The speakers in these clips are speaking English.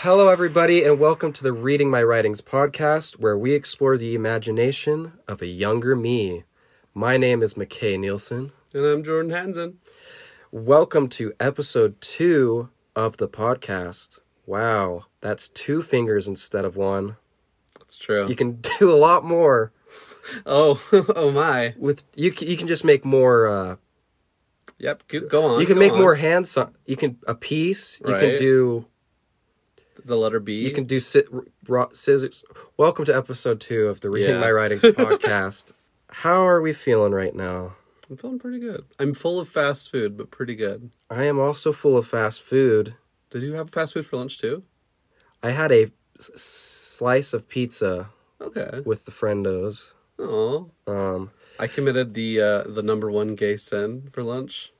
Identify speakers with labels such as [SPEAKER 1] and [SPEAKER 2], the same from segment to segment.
[SPEAKER 1] Hello, everybody, and welcome to the Reading My Writings podcast, where we explore the imagination of a younger me. My name is McKay Nielsen.
[SPEAKER 2] And I'm Jordan Hansen.
[SPEAKER 1] Welcome to episode two of the podcast. Wow, that's two fingers instead of one.
[SPEAKER 2] That's true.
[SPEAKER 1] You can do a lot more
[SPEAKER 2] Oh, oh my.
[SPEAKER 1] with you. c- You can just make more. Uh,
[SPEAKER 2] Yep, keep, go on.
[SPEAKER 1] you can
[SPEAKER 2] go
[SPEAKER 1] make
[SPEAKER 2] on.
[SPEAKER 1] more hands. uh, You can a piece. You can
[SPEAKER 2] Right.
[SPEAKER 1] do.
[SPEAKER 2] The letter B.
[SPEAKER 1] You can do si- ro- scissors. Welcome to episode two of the Reading
[SPEAKER 2] Yeah.
[SPEAKER 1] My Writings podcast. How are we feeling right now?
[SPEAKER 2] I'm feeling pretty good. I'm full of fast food, but pretty good.
[SPEAKER 1] I am also full of fast food.
[SPEAKER 2] Did you have fast food for lunch too?
[SPEAKER 1] I had a s- slice of pizza
[SPEAKER 2] Okay.
[SPEAKER 1] with the friendos.
[SPEAKER 2] Oh,
[SPEAKER 1] Um,
[SPEAKER 2] I committed the uh, the number one gay sin for lunch.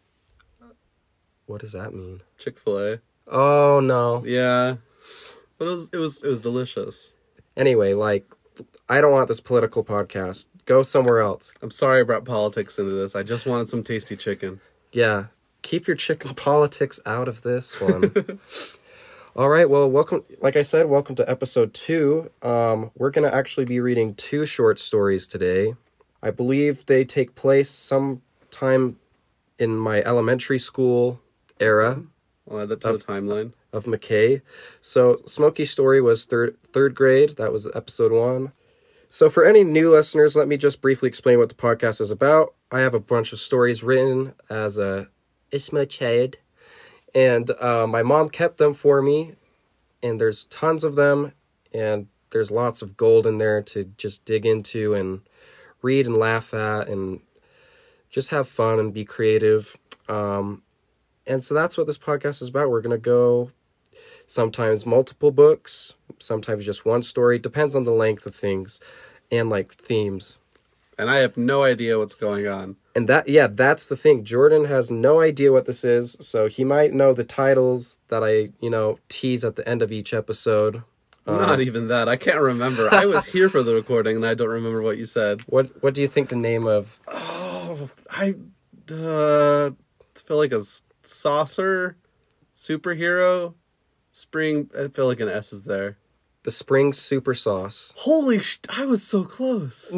[SPEAKER 1] what does that mean?
[SPEAKER 2] Chick fil A.
[SPEAKER 1] Oh no.
[SPEAKER 2] Yeah, but it was it was it was delicious.
[SPEAKER 1] Anyway, like I don't want this political podcast. Go somewhere else.
[SPEAKER 2] I'm sorry I brought politics into this. I just wanted some tasty chicken.
[SPEAKER 1] Yeah. Keep your chicken politics out of this one. All right, well, welcome like I said, welcome to episode 2. Um we're going to actually be reading two short stories today. I believe they take place sometime in my elementary school era
[SPEAKER 2] I'll add that to the timeline.
[SPEAKER 1] of McKay. So Smokey's story was third third grade. That was episode one. So for any new listeners, let me just briefly explain what the podcast is about. I have a bunch of stories written as a it's my child, and uh, my mom kept them for me. And there's tons of them, and there's lots of gold in there to just dig into and read and laugh at and just have fun and be creative. Um, and so that's what this podcast is about. We're going to go sometimes multiple books, sometimes just one story, depends on the length of things and like themes.
[SPEAKER 2] And I have no idea what's going on.
[SPEAKER 1] And that yeah, that's the thing. Jordan has no idea what this is, so he might know the titles that I, you know, tease at the end of each episode. Uh,
[SPEAKER 2] Not even that. I can't remember. I was here for the recording, and I don't remember what you said.
[SPEAKER 1] What what do you think the name of
[SPEAKER 2] Oh, I uh, feel like a s- saucer superhero spring. I feel like an S is there.
[SPEAKER 1] the spring super sauce?
[SPEAKER 2] Holy! Sh- I was so close.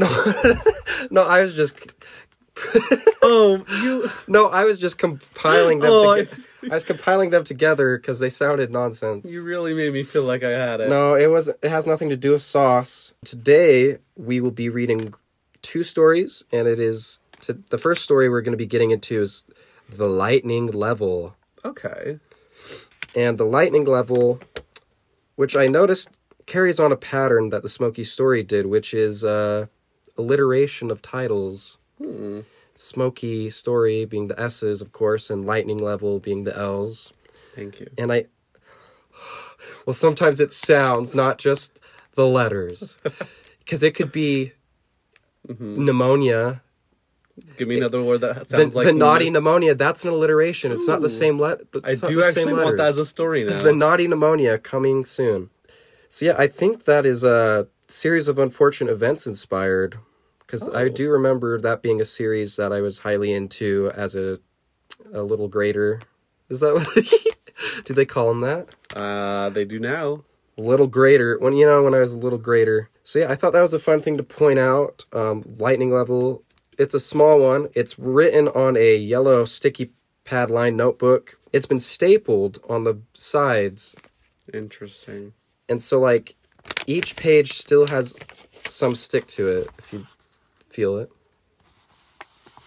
[SPEAKER 1] No, I was just
[SPEAKER 2] Oh, you.
[SPEAKER 1] no, I was just compiling them.
[SPEAKER 2] Oh,
[SPEAKER 1] toge- I was compiling them together because they sounded nonsense.
[SPEAKER 2] You really made me feel like I had it.
[SPEAKER 1] No, it was it has nothing to do with sauce. Today we will be reading two stories and it is to, the first story we're going to be getting into is The Lightning Level.
[SPEAKER 2] Okay.
[SPEAKER 1] And The Lightning Level which I noticed carries on a pattern that the Smoky story did, which is uh alliteration of titles. Smoky story being the S's, of course, and lightning level being the L's
[SPEAKER 2] Thank you.
[SPEAKER 1] and I well sometimes it sounds not just the letters because it could be pneumonia
[SPEAKER 2] Give me another word that
[SPEAKER 1] the,
[SPEAKER 2] sounds Mm-hmm. like
[SPEAKER 1] the naughty pneumonia that's an alliteration it's not the same letter
[SPEAKER 2] I do actually want that as a story now.
[SPEAKER 1] the naughty pneumonia coming soon so yeah I think that is a series of unfortunate events inspired because I
[SPEAKER 2] Oh.
[SPEAKER 1] do remember that being a series that I was highly into as a a little grader is that what do they call them that
[SPEAKER 2] uh, they do now.
[SPEAKER 1] little grader when you know when i was a little grader so yeah i thought that was a fun thing to point out um, lightning level it's a small one it's written on a yellow sticky pad lined notebook it's been stapled on the sides
[SPEAKER 2] Interesting.
[SPEAKER 1] and so like each page still has some stick to it if you feel it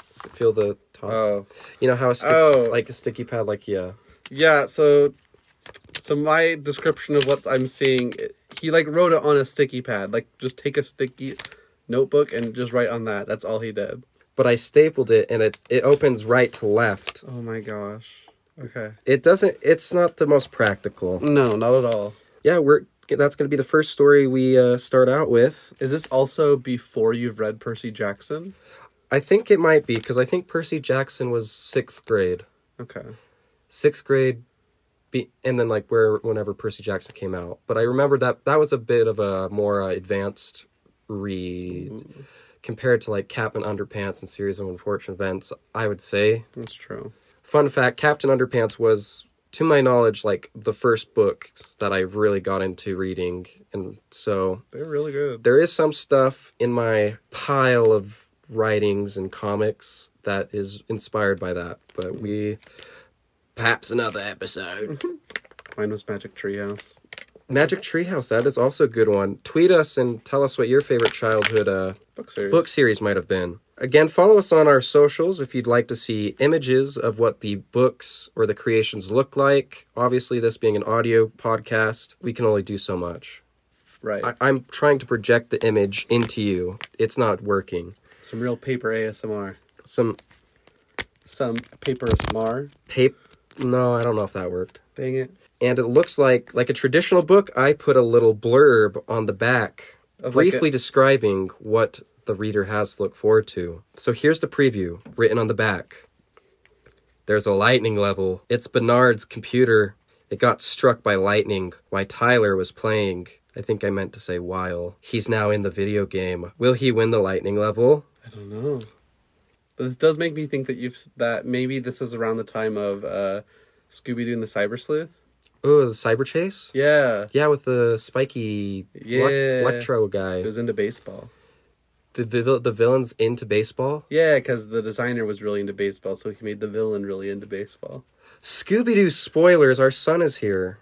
[SPEAKER 1] S- feel the top
[SPEAKER 2] Oh.
[SPEAKER 1] you know how a stick
[SPEAKER 2] Oh.
[SPEAKER 1] like a sticky pad like yeah
[SPEAKER 2] Yeah, so so my description of what I'm seeing, he like wrote it on a sticky pad. Like just take a sticky notebook and just write on that. That's all he did.
[SPEAKER 1] but i stapled it and it's it opens right to left
[SPEAKER 2] Oh my gosh. Okay.
[SPEAKER 1] it doesn't it's not the most practical
[SPEAKER 2] No, not at all.
[SPEAKER 1] yeah we're that's going to be the first story we uh, start out with
[SPEAKER 2] Is this also before you've read Percy Jackson?
[SPEAKER 1] i think it might be because i think percy jackson was sixth grade
[SPEAKER 2] Okay.
[SPEAKER 1] sixth grade be, and then like where whenever percy jackson came out but i remember that that was a bit of a more uh, advanced read compared to like captain underpants and series of unfortunate events i would say
[SPEAKER 2] That's true.
[SPEAKER 1] fun fact captain underpants was to my knowledge, like the first books that I really got into reading. And so
[SPEAKER 2] They're really good.
[SPEAKER 1] there is some stuff in my pile of writings and comics that is inspired by that, but we perhaps another episode.
[SPEAKER 2] Mine was Magic Treehouse.
[SPEAKER 1] Magic Treehouse, that is also a good one. Tweet us and tell us what your favorite childhood uh,
[SPEAKER 2] Book series.
[SPEAKER 1] book series might have been. Again, follow us on our socials if you'd like to see images of what the books or the creations look like. Obviously, this being an audio podcast, we can only do so much.
[SPEAKER 2] Right.
[SPEAKER 1] I- I'm trying to project the image into you, it's not working.
[SPEAKER 2] Some real paper ASMR.
[SPEAKER 1] Some
[SPEAKER 2] Some paper ASMR.
[SPEAKER 1] paper. No, I don't know if that worked.
[SPEAKER 2] Dang it.
[SPEAKER 1] And it looks like like a traditional book. I put a little blurb on the back,
[SPEAKER 2] Of like
[SPEAKER 1] briefly describing what the reader has to look forward to. So here's the preview written on the back. There's a lightning level. It's Bernard's computer. It got struck by lightning while Tyler was playing. I think I meant to say while. He's now in the video game. Will he win the lightning level?
[SPEAKER 2] I don't know. But this does make me think that you've s- that maybe this is around the time of uh, Scooby Doo and the Cyber Sleuth.
[SPEAKER 1] Oh, the cyber chase?
[SPEAKER 2] Yeah,
[SPEAKER 1] Yeah, with the spiky elec-
[SPEAKER 2] Yeah.
[SPEAKER 1] electro guy.
[SPEAKER 2] it was into baseball.
[SPEAKER 1] the vil- the villains into baseball.
[SPEAKER 2] Yeah, because the designer was really into baseball, so he made the villain really into baseball.
[SPEAKER 1] Scooby Doo spoilers. Our son is here.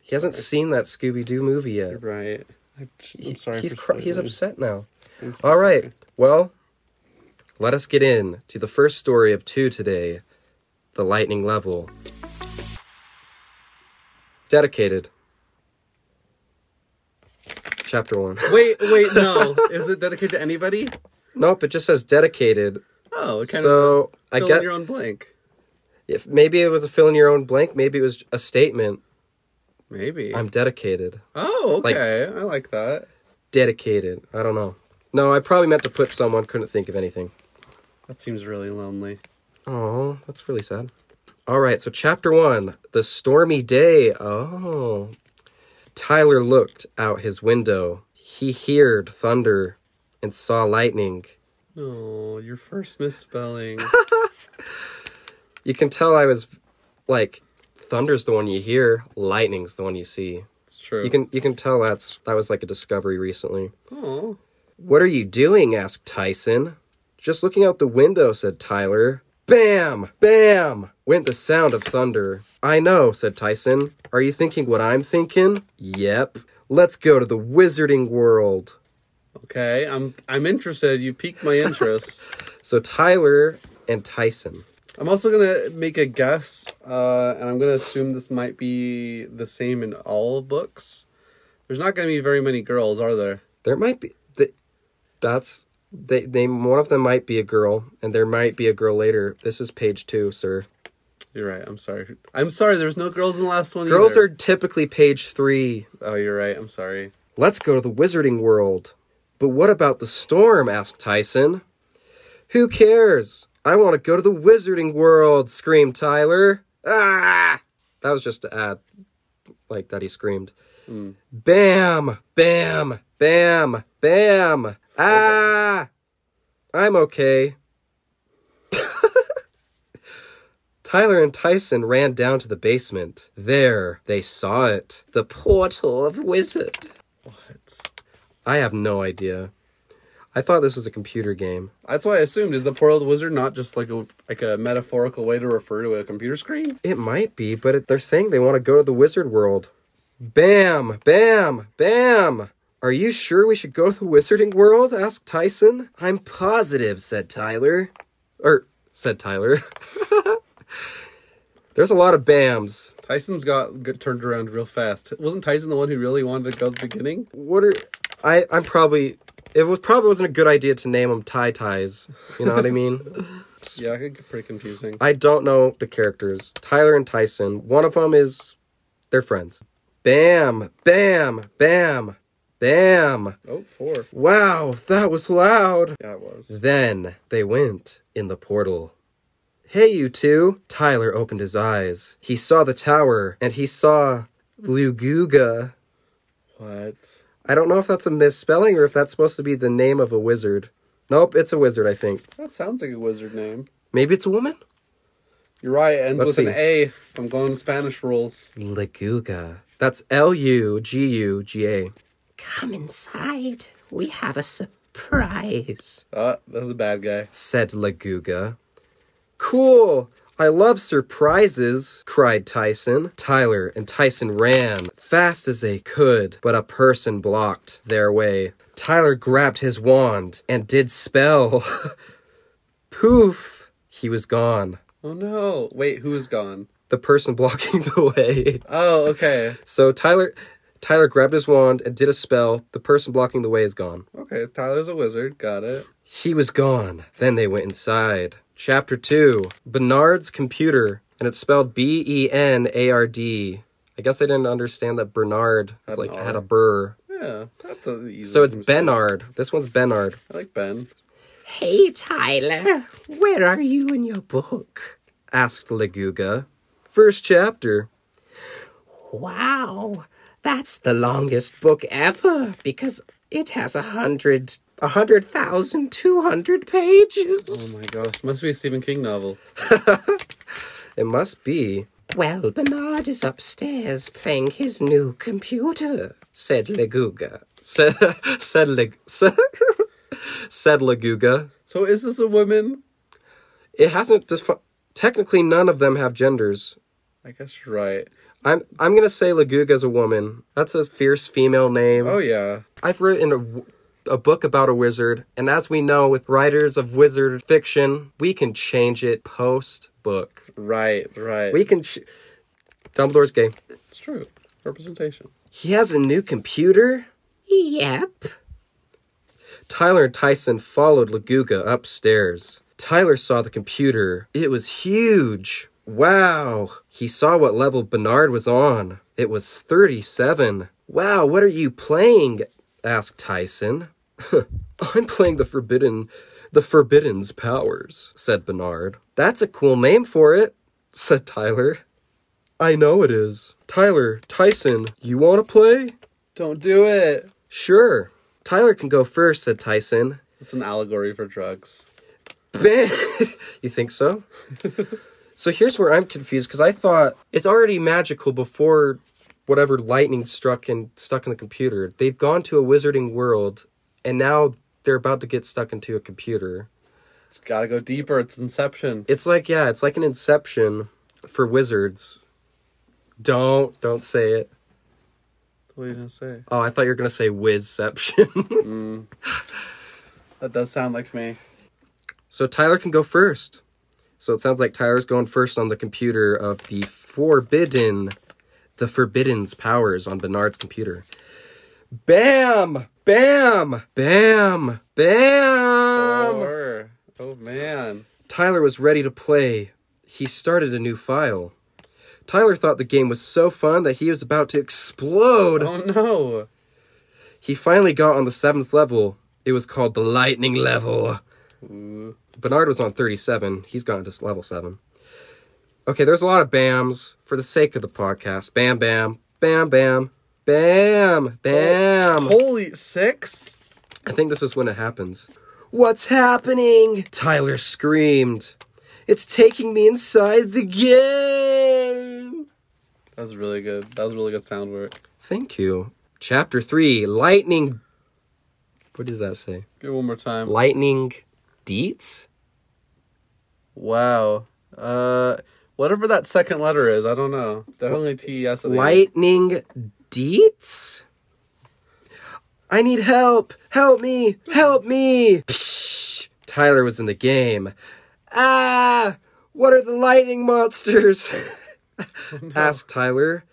[SPEAKER 1] He hasn't seen that Scooby Doo movie yet.
[SPEAKER 2] Right. I'm j- I'm sorry.
[SPEAKER 1] He's
[SPEAKER 2] for
[SPEAKER 1] cr- he's
[SPEAKER 2] spoiling.
[SPEAKER 1] upset now.
[SPEAKER 2] I'm so
[SPEAKER 1] All right.
[SPEAKER 2] sorry.
[SPEAKER 1] Well, let us get in to the first story of two today, the lightning level. Dedicated. Chapter one.
[SPEAKER 2] Wait, wait, no. is it dedicated to anybody?
[SPEAKER 1] nope, it just says dedicated.
[SPEAKER 2] Oh, it kind of
[SPEAKER 1] So I
[SPEAKER 2] fill in
[SPEAKER 1] get
[SPEAKER 2] your own blank.
[SPEAKER 1] if maybe it was a fill in your own blank. Maybe it was a statement.
[SPEAKER 2] Maybe.
[SPEAKER 1] I'm dedicated.
[SPEAKER 2] oh,
[SPEAKER 1] like-
[SPEAKER 2] okay. I like that.
[SPEAKER 1] dedicated. I don't know. No, I probably meant to put someone, couldn't think of anything.
[SPEAKER 2] That seems really lonely.
[SPEAKER 1] Oh, that's really sad. All right, so chapter one The Stormy Day. Oh. Tyler looked out his window. He heard thunder and saw lightning.
[SPEAKER 2] Oh, your first misspelling.
[SPEAKER 1] You can tell I was like, thunder's the one you hear, lightning's the one you see.
[SPEAKER 2] it's true.
[SPEAKER 1] You can you can tell that's that was like a discovery recently.
[SPEAKER 2] Oh.
[SPEAKER 1] What are you doing? asked Tyson. Just looking out the window, said Tyler. Bam! Bam! went the sound of thunder. I know, said Tyson. Are you thinking what I'm thinking? Yep. Let's go to the wizarding world.
[SPEAKER 2] Okay, I'm I'm interested. You piqued my interest.
[SPEAKER 1] So Tyler and Tyson.
[SPEAKER 2] I'm also gonna make a guess, uh, and I'm gonna assume this might be the same in all books. There's not gonna be very many girls, are there?
[SPEAKER 1] There might be th- that's they they one of them might be a girl, and there might be a girl later. This is page two, sir.
[SPEAKER 2] You're right. I'm sorry. I'm sorry. There's no girls in the last one.
[SPEAKER 1] Girls
[SPEAKER 2] either.
[SPEAKER 1] are typically page three.
[SPEAKER 2] Oh, you're right. I'm sorry.
[SPEAKER 1] Let's go to the wizarding world. But what about the storm? asked Tyson. Who cares? I want to go to the wizarding world, screamed Tyler. Ah! That was just to add, like, that he screamed. Bam! Bam! Bam! Bam! Ah! I'm okay. Tyler and Tyson ran down to the basement. There, they saw it. The portal of wizard.
[SPEAKER 2] What?
[SPEAKER 1] I have no idea. I thought this was a computer game.
[SPEAKER 2] That's what I assumed. Is the portal of the wizard not just like a like a metaphorical way to refer to a computer screen?
[SPEAKER 1] It might be, but it, they're saying they want to go to the wizard world. Bam, bam, bam. Are you sure we should go to the wizarding world? asked Tyson. I'm positive, said Tyler. Er, said Tyler. There's a lot of bams.
[SPEAKER 2] Tyson's got got turned around real fast. Wasn't Tyson the one who really wanted to go at the beginning?
[SPEAKER 1] What are I? I'm probably. It was probably wasn't a good idea to name them tie ties. You know what I mean?
[SPEAKER 2] Yeah, I could get pretty confusing.
[SPEAKER 1] I don't know the characters. Tyler and Tyson. One of them is they're friends. Bam, bam, bam, bam.
[SPEAKER 2] Oh, four.
[SPEAKER 1] Wow, that was loud.
[SPEAKER 2] Yeah, it was.
[SPEAKER 1] Then they went in the portal. Hey, you two. Tyler opened his eyes. He saw the tower and he saw Luguga.
[SPEAKER 2] What?
[SPEAKER 1] I don't know if that's a misspelling or if that's supposed to be the name of a wizard. Nope, it's a wizard, I think.
[SPEAKER 2] That sounds like a wizard name.
[SPEAKER 1] Maybe it's a woman?
[SPEAKER 2] Uriah ends
[SPEAKER 1] Let's
[SPEAKER 2] with an
[SPEAKER 1] see.
[SPEAKER 2] A. I'm going Spanish rules.
[SPEAKER 1] Laguga. That's L U G U G A. Come inside. We have a surprise,
[SPEAKER 2] Uh, that's a bad guy.
[SPEAKER 1] said Laguga. Cool. I love surprises, cried Tyson. Tyler and Tyson ran fast as they could, but a person blocked their way. Tyler grabbed his wand and did spell. Poof! He was gone.
[SPEAKER 2] Oh no! Wait, who is gone?
[SPEAKER 1] The person blocking the way.
[SPEAKER 2] Oh, okay.
[SPEAKER 1] So Tyler Tyler grabbed his wand and did a spell. The person blocking the way is gone.
[SPEAKER 2] Okay, Tyler's a wizard. Got it.
[SPEAKER 1] He was gone. Then they went inside. Chapter 2 Bernard's Computer. And it's spelled B E N A R D. I guess I didn't understand that Bernard was like had a burr.
[SPEAKER 2] Yeah, that's an easy.
[SPEAKER 1] So it's
[SPEAKER 2] mistake.
[SPEAKER 1] Bernard. This one's Bernard.
[SPEAKER 2] I like Ben.
[SPEAKER 1] Hey Tyler, where are you in your book? asked Laguga. First chapter. Wow, that's the longest book ever because it has a hundred, a hundred thousand two hundred pages.
[SPEAKER 2] Oh my gosh, must be a Stephen King novel.
[SPEAKER 1] It must be. Well, Bernard is upstairs playing his new computer, said Laguga. Said, said, Lag- said Laguga.
[SPEAKER 2] So is this a woman?
[SPEAKER 1] it hasn't defi- technically none of them have genders.
[SPEAKER 2] I guess you're right.
[SPEAKER 1] I'm I'm gonna say Laguga's a woman. That's a fierce female name.
[SPEAKER 2] Oh yeah,
[SPEAKER 1] I've written a w- a book about a wizard, and as we know, with writers of wizard fiction, we can change it post book.
[SPEAKER 2] right, right.
[SPEAKER 1] We can. Ch- Dumbledore's gay.
[SPEAKER 2] It's true. Representation.
[SPEAKER 1] He has a new computer. Yep. Tyler and Tyson followed Laguga upstairs. Tyler saw the computer. It was huge. Wow. He saw what level Bernard was on. It was 37. Wow, what are you playing? asked Tyson. I'm playing the Forbidden the Forbidden's powers, said Bernard. That's a cool name for it, said Tyler. I know it is. Tyler, Tyson, you want to play?
[SPEAKER 2] Don't do it.
[SPEAKER 1] Sure. Tyler can go first, said Tyson.
[SPEAKER 2] It's an allegory for drugs.
[SPEAKER 1] Bam! you think so? so here's where I'm confused because I thought it's already magical before whatever lightning struck and stuck in the computer. They've gone to a wizarding world and now they're about to get stuck into a computer.
[SPEAKER 2] It's gotta go deeper. It's Inception.
[SPEAKER 1] It's like yeah, it's like an inception for wizards. Don't don't say it.
[SPEAKER 2] What are you gonna say?
[SPEAKER 1] Oh, I thought you were gonna say wizception.
[SPEAKER 2] That does sound like me.
[SPEAKER 1] So Tyler can go first. So it sounds like Tyler's going first on the computer of the Forbidden, the Forbidden's powers on Bernard's computer. Bam! Bam! Bam! Bam!
[SPEAKER 2] Or oh man,
[SPEAKER 1] Tyler was ready to play. He started a new file. Tyler thought the game was so fun that he was about to explode.
[SPEAKER 2] oh no.
[SPEAKER 1] He finally got on the seventh level. It was called the Lightning Level.
[SPEAKER 2] Ooh.
[SPEAKER 1] Bernard was on 37. He's gotten to level 7. Okay, there's a lot of BAMs for the sake of the podcast. Bam, bam, bam, bam, bam, bam.
[SPEAKER 2] Holy six.
[SPEAKER 1] I think this is when it happens. What's happening? Tyler screamed. It's taking me inside the game.
[SPEAKER 2] That was really good. That was really good sound work.
[SPEAKER 1] Thank you. Chapter 3 Lightning. What does that say?
[SPEAKER 2] Do it one more time.
[SPEAKER 1] Lightning Deets?
[SPEAKER 2] Wow. Uh, whatever that second letter is, I don't know. Definitely T E S. at the end.
[SPEAKER 1] Lightning Deets? I need help! Help me! Help me! Psh! Tyler was in the game. Ah! What are the lightning monsters? asked Tyler.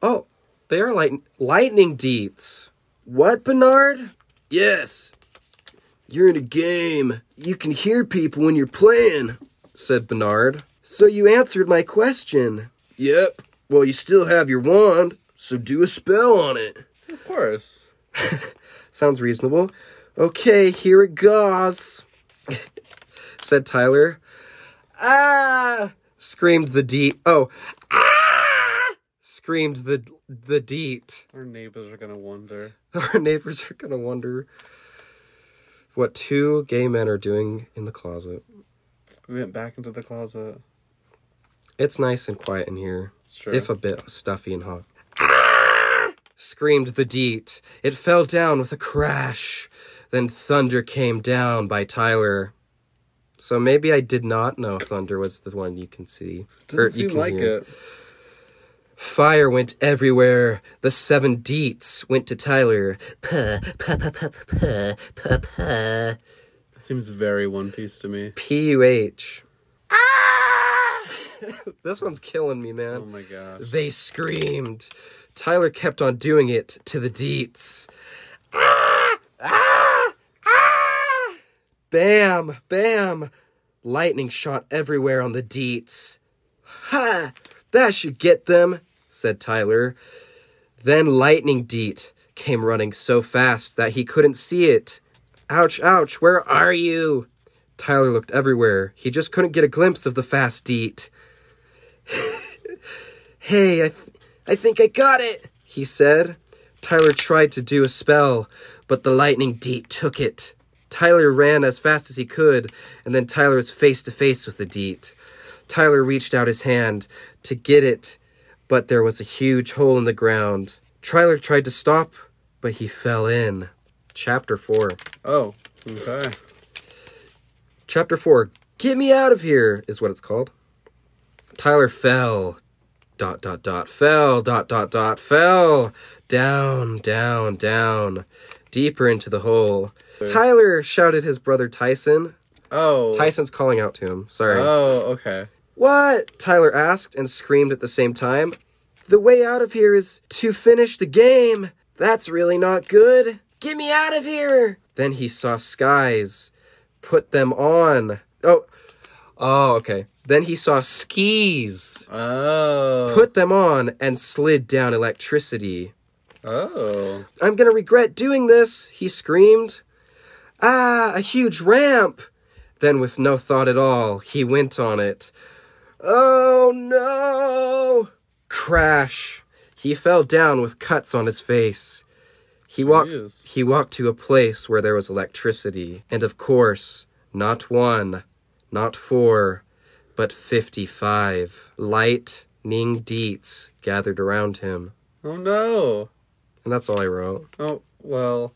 [SPEAKER 1] Oh, they are light- lightning deets. What, Bernard? Yes. You're in a game. You can hear people when you're playing, said Bernard. So you answered my question. Yep. Well, you still have your wand, so do a spell on it.
[SPEAKER 2] Of course.
[SPEAKER 1] Sounds reasonable. Okay, here it goes, said Tyler. Ah! screamed the deet. Oh, ah! screamed the the deet.
[SPEAKER 2] Our neighbors are gonna wonder.
[SPEAKER 1] Our neighbors are gonna wonder what two gay men are doing in the closet.
[SPEAKER 2] We went back into the closet.
[SPEAKER 1] It's nice and quiet in here,
[SPEAKER 2] It's true.
[SPEAKER 1] if a bit stuffy and hot. Screamed the deet. It fell down with a crash. Then Thunder Came Down by Tyler. So maybe I did not know Thunder was the one you can see.
[SPEAKER 2] Doesn't seem like it.
[SPEAKER 1] Fire went everywhere. The seven deets went to Tyler. Puh, puh, puh, puh, puh, puh, puh.
[SPEAKER 2] That seems very One Piece to me.
[SPEAKER 1] P-U-H. Ah! this one's killing me, man.
[SPEAKER 2] Oh my gosh.
[SPEAKER 1] They screamed. Tyler kept on doing it to the deets. Ah! Bam, bam. Lightning shot everywhere on the deets. Ha! That should get them, said Tyler. Then Lightning Deet came running so fast that he couldn't see it. Ouch, ouch, where are you? Tyler looked everywhere. He just couldn't get a glimpse of the fast Deet. Hey, I, th- I think I got it, he said. Tyler tried to do a spell, but the lightning deet took it. Tyler ran as fast as he could, and then Tyler was face to face with the deet. Tyler reached out his hand to get it, but there was a huge hole in the ground. Tyler tried to stop, but he fell in. Chapter 4.
[SPEAKER 2] Oh, okay.
[SPEAKER 1] Chapter 4 Get Me Out of Here is what it's called. Tyler fell. Dot, dot, dot. Fell. Dot, dot, dot. Fell. Down, down, down. Deeper into the hole. Tyler shouted his brother Tyson.
[SPEAKER 2] Oh.
[SPEAKER 1] Tyson's calling out to him. Sorry.
[SPEAKER 2] Oh, okay.
[SPEAKER 1] What? Tyler asked and screamed at the same time. The way out of here is to finish the game. That's really not good. Get me out of here. Then he saw skies. Put them on. Oh. Oh, okay. Then he saw skis.
[SPEAKER 2] Oh.
[SPEAKER 1] Put them on and slid down electricity.
[SPEAKER 2] oh.
[SPEAKER 1] I'm gonna regret doing this, he screamed. Ah, a huge ramp! Then, with no thought at all, he went on it. Oh no! Crash! He fell down with cuts on his face. He walked
[SPEAKER 2] is.
[SPEAKER 1] he walked to a place where there was electricity, and of course, not one, not four, but fifty-five lightning deets gathered around him.
[SPEAKER 2] Oh no.
[SPEAKER 1] And that's all I wrote.
[SPEAKER 2] Oh, well.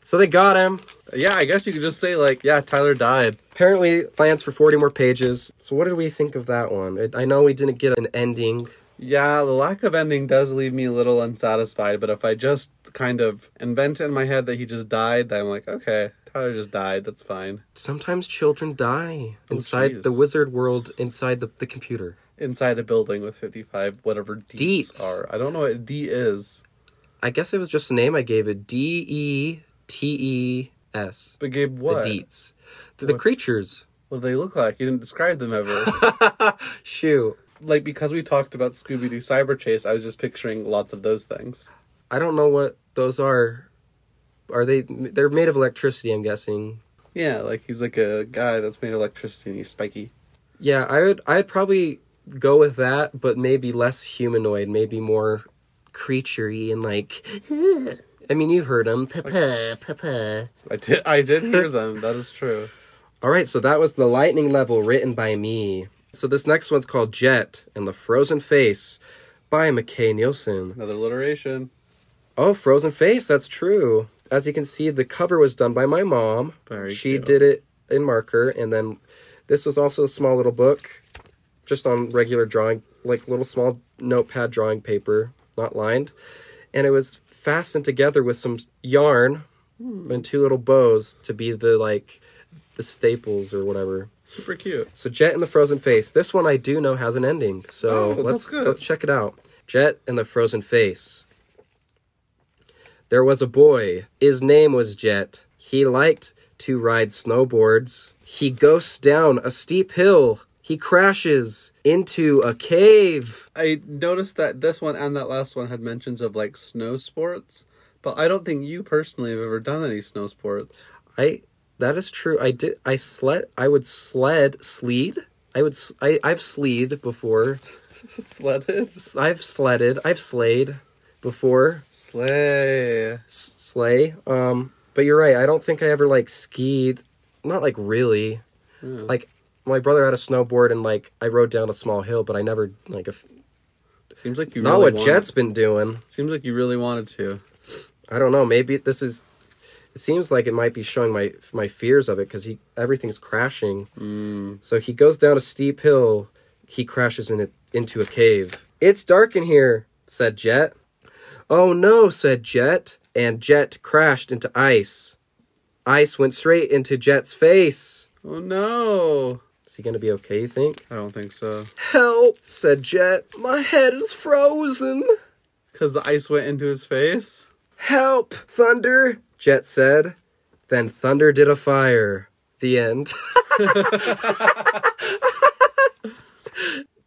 [SPEAKER 1] So they got him.
[SPEAKER 2] Yeah, I guess you could just say, like, yeah, Tyler died.
[SPEAKER 1] Apparently, plans for 40 more pages. So, what did we think of that one? I- I know we didn't get an ending.
[SPEAKER 2] Yeah, the lack of ending does leave me a little unsatisfied, but if I just kind of invent in my head that he just died, then I'm like, okay, Tyler just died. That's fine.
[SPEAKER 1] Sometimes children die inside
[SPEAKER 2] Oh, jeez.
[SPEAKER 1] the wizard world, inside the, the computer.
[SPEAKER 2] Inside a building with 55, whatever deets,
[SPEAKER 1] Deets.
[SPEAKER 2] are. I don't know what D is,
[SPEAKER 1] I guess it was just a name I gave it D E T E S.
[SPEAKER 2] but Gabe,
[SPEAKER 1] The
[SPEAKER 2] what?
[SPEAKER 1] Deets. The, the creatures.
[SPEAKER 2] What do they look like? You didn't describe them ever.
[SPEAKER 1] Shoot.
[SPEAKER 2] like, because we talked about Scooby Doo Cyber Chase, I was just picturing lots of those things.
[SPEAKER 1] I don't know what those are. Are they. They're made of electricity, I'm guessing.
[SPEAKER 2] Yeah, like he's like a guy that's made of electricity and he's spiky.
[SPEAKER 1] Yeah, I would I'd probably go with that, but maybe less humanoid, maybe more creaturey and like I mean, you've heard them.
[SPEAKER 2] I did I did hear them, that is true.
[SPEAKER 1] All right, so that was the lightning level written by me. So this next one's called Jet and the Frozen Face by McKay Nielsen.
[SPEAKER 2] Another alliteration.
[SPEAKER 1] Oh, Frozen Face, that's true. As you can see, the cover was done by my mom.
[SPEAKER 2] Very
[SPEAKER 1] she
[SPEAKER 2] cute.
[SPEAKER 1] did it in marker, and then this was also a small little book, just on regular drawing, like little small notepad drawing paper, not lined. And it was fastened together with some yarn
[SPEAKER 2] Hmm.
[SPEAKER 1] and two little bows to be the like the staples or whatever.
[SPEAKER 2] Super cute.
[SPEAKER 1] So Jet and the Frozen Face. This one I do know has an ending. So
[SPEAKER 2] Oh, that's
[SPEAKER 1] let's
[SPEAKER 2] good.
[SPEAKER 1] let's check it out. Jet and the Frozen Face. There was a boy. His name was Jet. He liked to ride snowboards. He goes down a steep hill. He crashes into a cave.
[SPEAKER 2] I noticed that this one and that last one had mentions of like snow sports, but I don't think you personally have ever done any snow sports.
[SPEAKER 1] I that is true. I did I sled I would sled sleed. I would s- I I've sleed before.
[SPEAKER 2] Sledded.
[SPEAKER 1] I've sledded. I've slayed before.
[SPEAKER 2] Slay.
[SPEAKER 1] s- sleigh. Um, but you're right. I don't think I ever like skied. Not like really. Like my brother had a snowboard and like I rode down a small hill, but I never like if
[SPEAKER 2] Seems like you
[SPEAKER 1] not
[SPEAKER 2] really
[SPEAKER 1] what
[SPEAKER 2] wanted-
[SPEAKER 1] Jet's been doing.
[SPEAKER 2] Seems like you really wanted to.
[SPEAKER 1] I don't know. Maybe this is. It seems like it might be showing my my fears of it because he everything's crashing. So he goes down a steep hill. He crashes in it, into a cave. It's dark in here," said Jet. "Oh no," said Jet, and Jet crashed into ice. Ice went straight into Jet's face.
[SPEAKER 2] Oh no.
[SPEAKER 1] Is he gonna be okay? You think?
[SPEAKER 2] I don't think so.
[SPEAKER 1] Help," said Jet. "My head is frozen."
[SPEAKER 2] Cause the ice went into his face.
[SPEAKER 1] Help, Thunder, Jet said. Then Thunder did a fire. The end.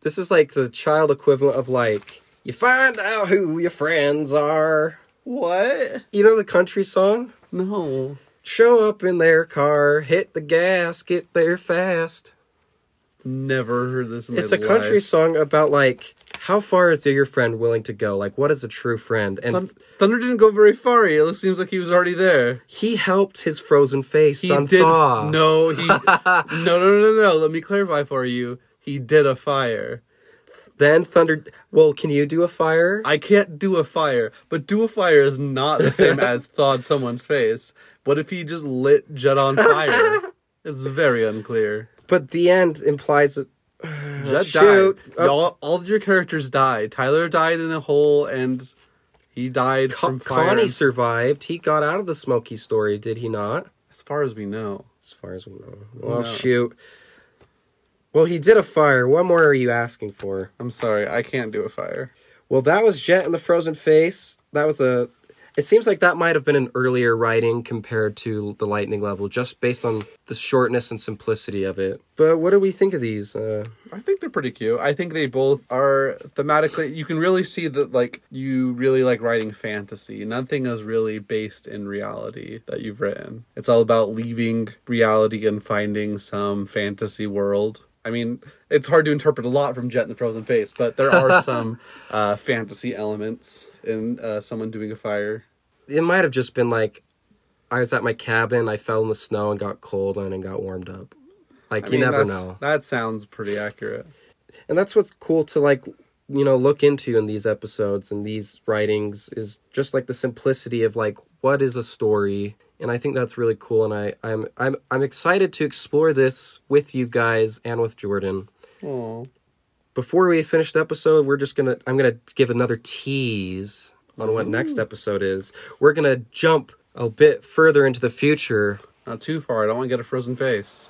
[SPEAKER 1] this is like the child equivalent of like, you find out who your friends are.
[SPEAKER 2] What?
[SPEAKER 1] You know the country song?
[SPEAKER 2] No.
[SPEAKER 1] Show up in their car, hit the gas, get there fast.
[SPEAKER 2] Never heard this in my
[SPEAKER 1] It's a country
[SPEAKER 2] life.
[SPEAKER 1] song about like, how far is your friend willing to go? Like, what is a true friend? And
[SPEAKER 2] Thun- Thunder didn't go very far. It seems like he was already there.
[SPEAKER 1] he helped his frozen face
[SPEAKER 2] He
[SPEAKER 1] on
[SPEAKER 2] did.
[SPEAKER 1] thaw.
[SPEAKER 2] No, he. no, no, no, no, no. Let me clarify for you. He did a fire.
[SPEAKER 1] Then Thunder. Well, can you do a fire?
[SPEAKER 2] I can't do a fire, but do a fire is not the same as thawed someone's face. What if he just lit Jet on fire? it's very unclear.
[SPEAKER 1] But the end implies that
[SPEAKER 2] Jet
[SPEAKER 1] shoot.
[SPEAKER 2] died. Y'all, all of your characters died. Tyler died in a hole, and he died from fire.
[SPEAKER 1] Connie survived. He got out of the smoky story, did he not?
[SPEAKER 2] as far as we know.
[SPEAKER 1] As far as we know. Well, shoot. Well, he did a fire. What more are you asking for?
[SPEAKER 2] I'm sorry, I can't do a fire.
[SPEAKER 1] Well, that was Jet and the Frozen Face. That was a. It seems like that might have been an earlier writing compared to the Lightning level, just based on the shortness and simplicity of it. But what do we think of these? Uh,
[SPEAKER 2] I think they're pretty cute. I think they both are thematically. You can really see that, like, you really like writing fantasy. Nothing is really based in reality that you've written. It's all about leaving reality and finding some fantasy world. I mean, it's hard to interpret a lot from Jet and the Frozen Face, but there are some uh, fantasy elements in uh, someone doing a fire.
[SPEAKER 1] it might have just been like I was at my cabin, I fell in the snow and got cold and then got warmed up. Like
[SPEAKER 2] I
[SPEAKER 1] you
[SPEAKER 2] mean,
[SPEAKER 1] never
[SPEAKER 2] that's-
[SPEAKER 1] know.
[SPEAKER 2] That sounds pretty accurate.
[SPEAKER 1] And that's what's cool to like you know look into in these episodes and these writings is just like the simplicity of like what is a story and I think that's really cool and I I'm I'm I'm excited to explore this with you guys and with Jordan.
[SPEAKER 2] Oh,
[SPEAKER 1] Before we finish the episode, we're just going to I'm going to give another tease on
[SPEAKER 2] Mm-hmm.
[SPEAKER 1] what next episode is. We're going to jump a bit further into the future
[SPEAKER 2] not too far. I don't want to get a frozen face.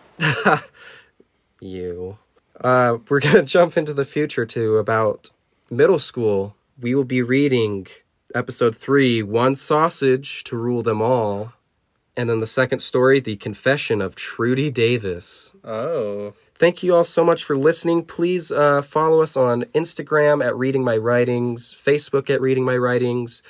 [SPEAKER 1] you. Uh, we're going to jump into the future to about middle school. We will be reading episode three One Sausage to Rule Them All. And then the second story, The Confession of Trudy Davis.
[SPEAKER 2] Oh.
[SPEAKER 1] Thank you all so much for listening. Please uh, follow us on Instagram at Reading My Writings, Facebook at Reading My Writings.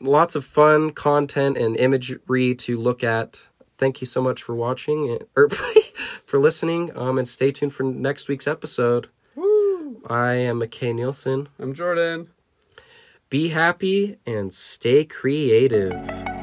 [SPEAKER 1] Lots of fun content and imagery to look at. Thank you so much for watching or for listening. Um, and stay tuned for next week's episode. I am McKay Nielsen.
[SPEAKER 2] I'm Jordan.
[SPEAKER 1] Be happy and stay creative.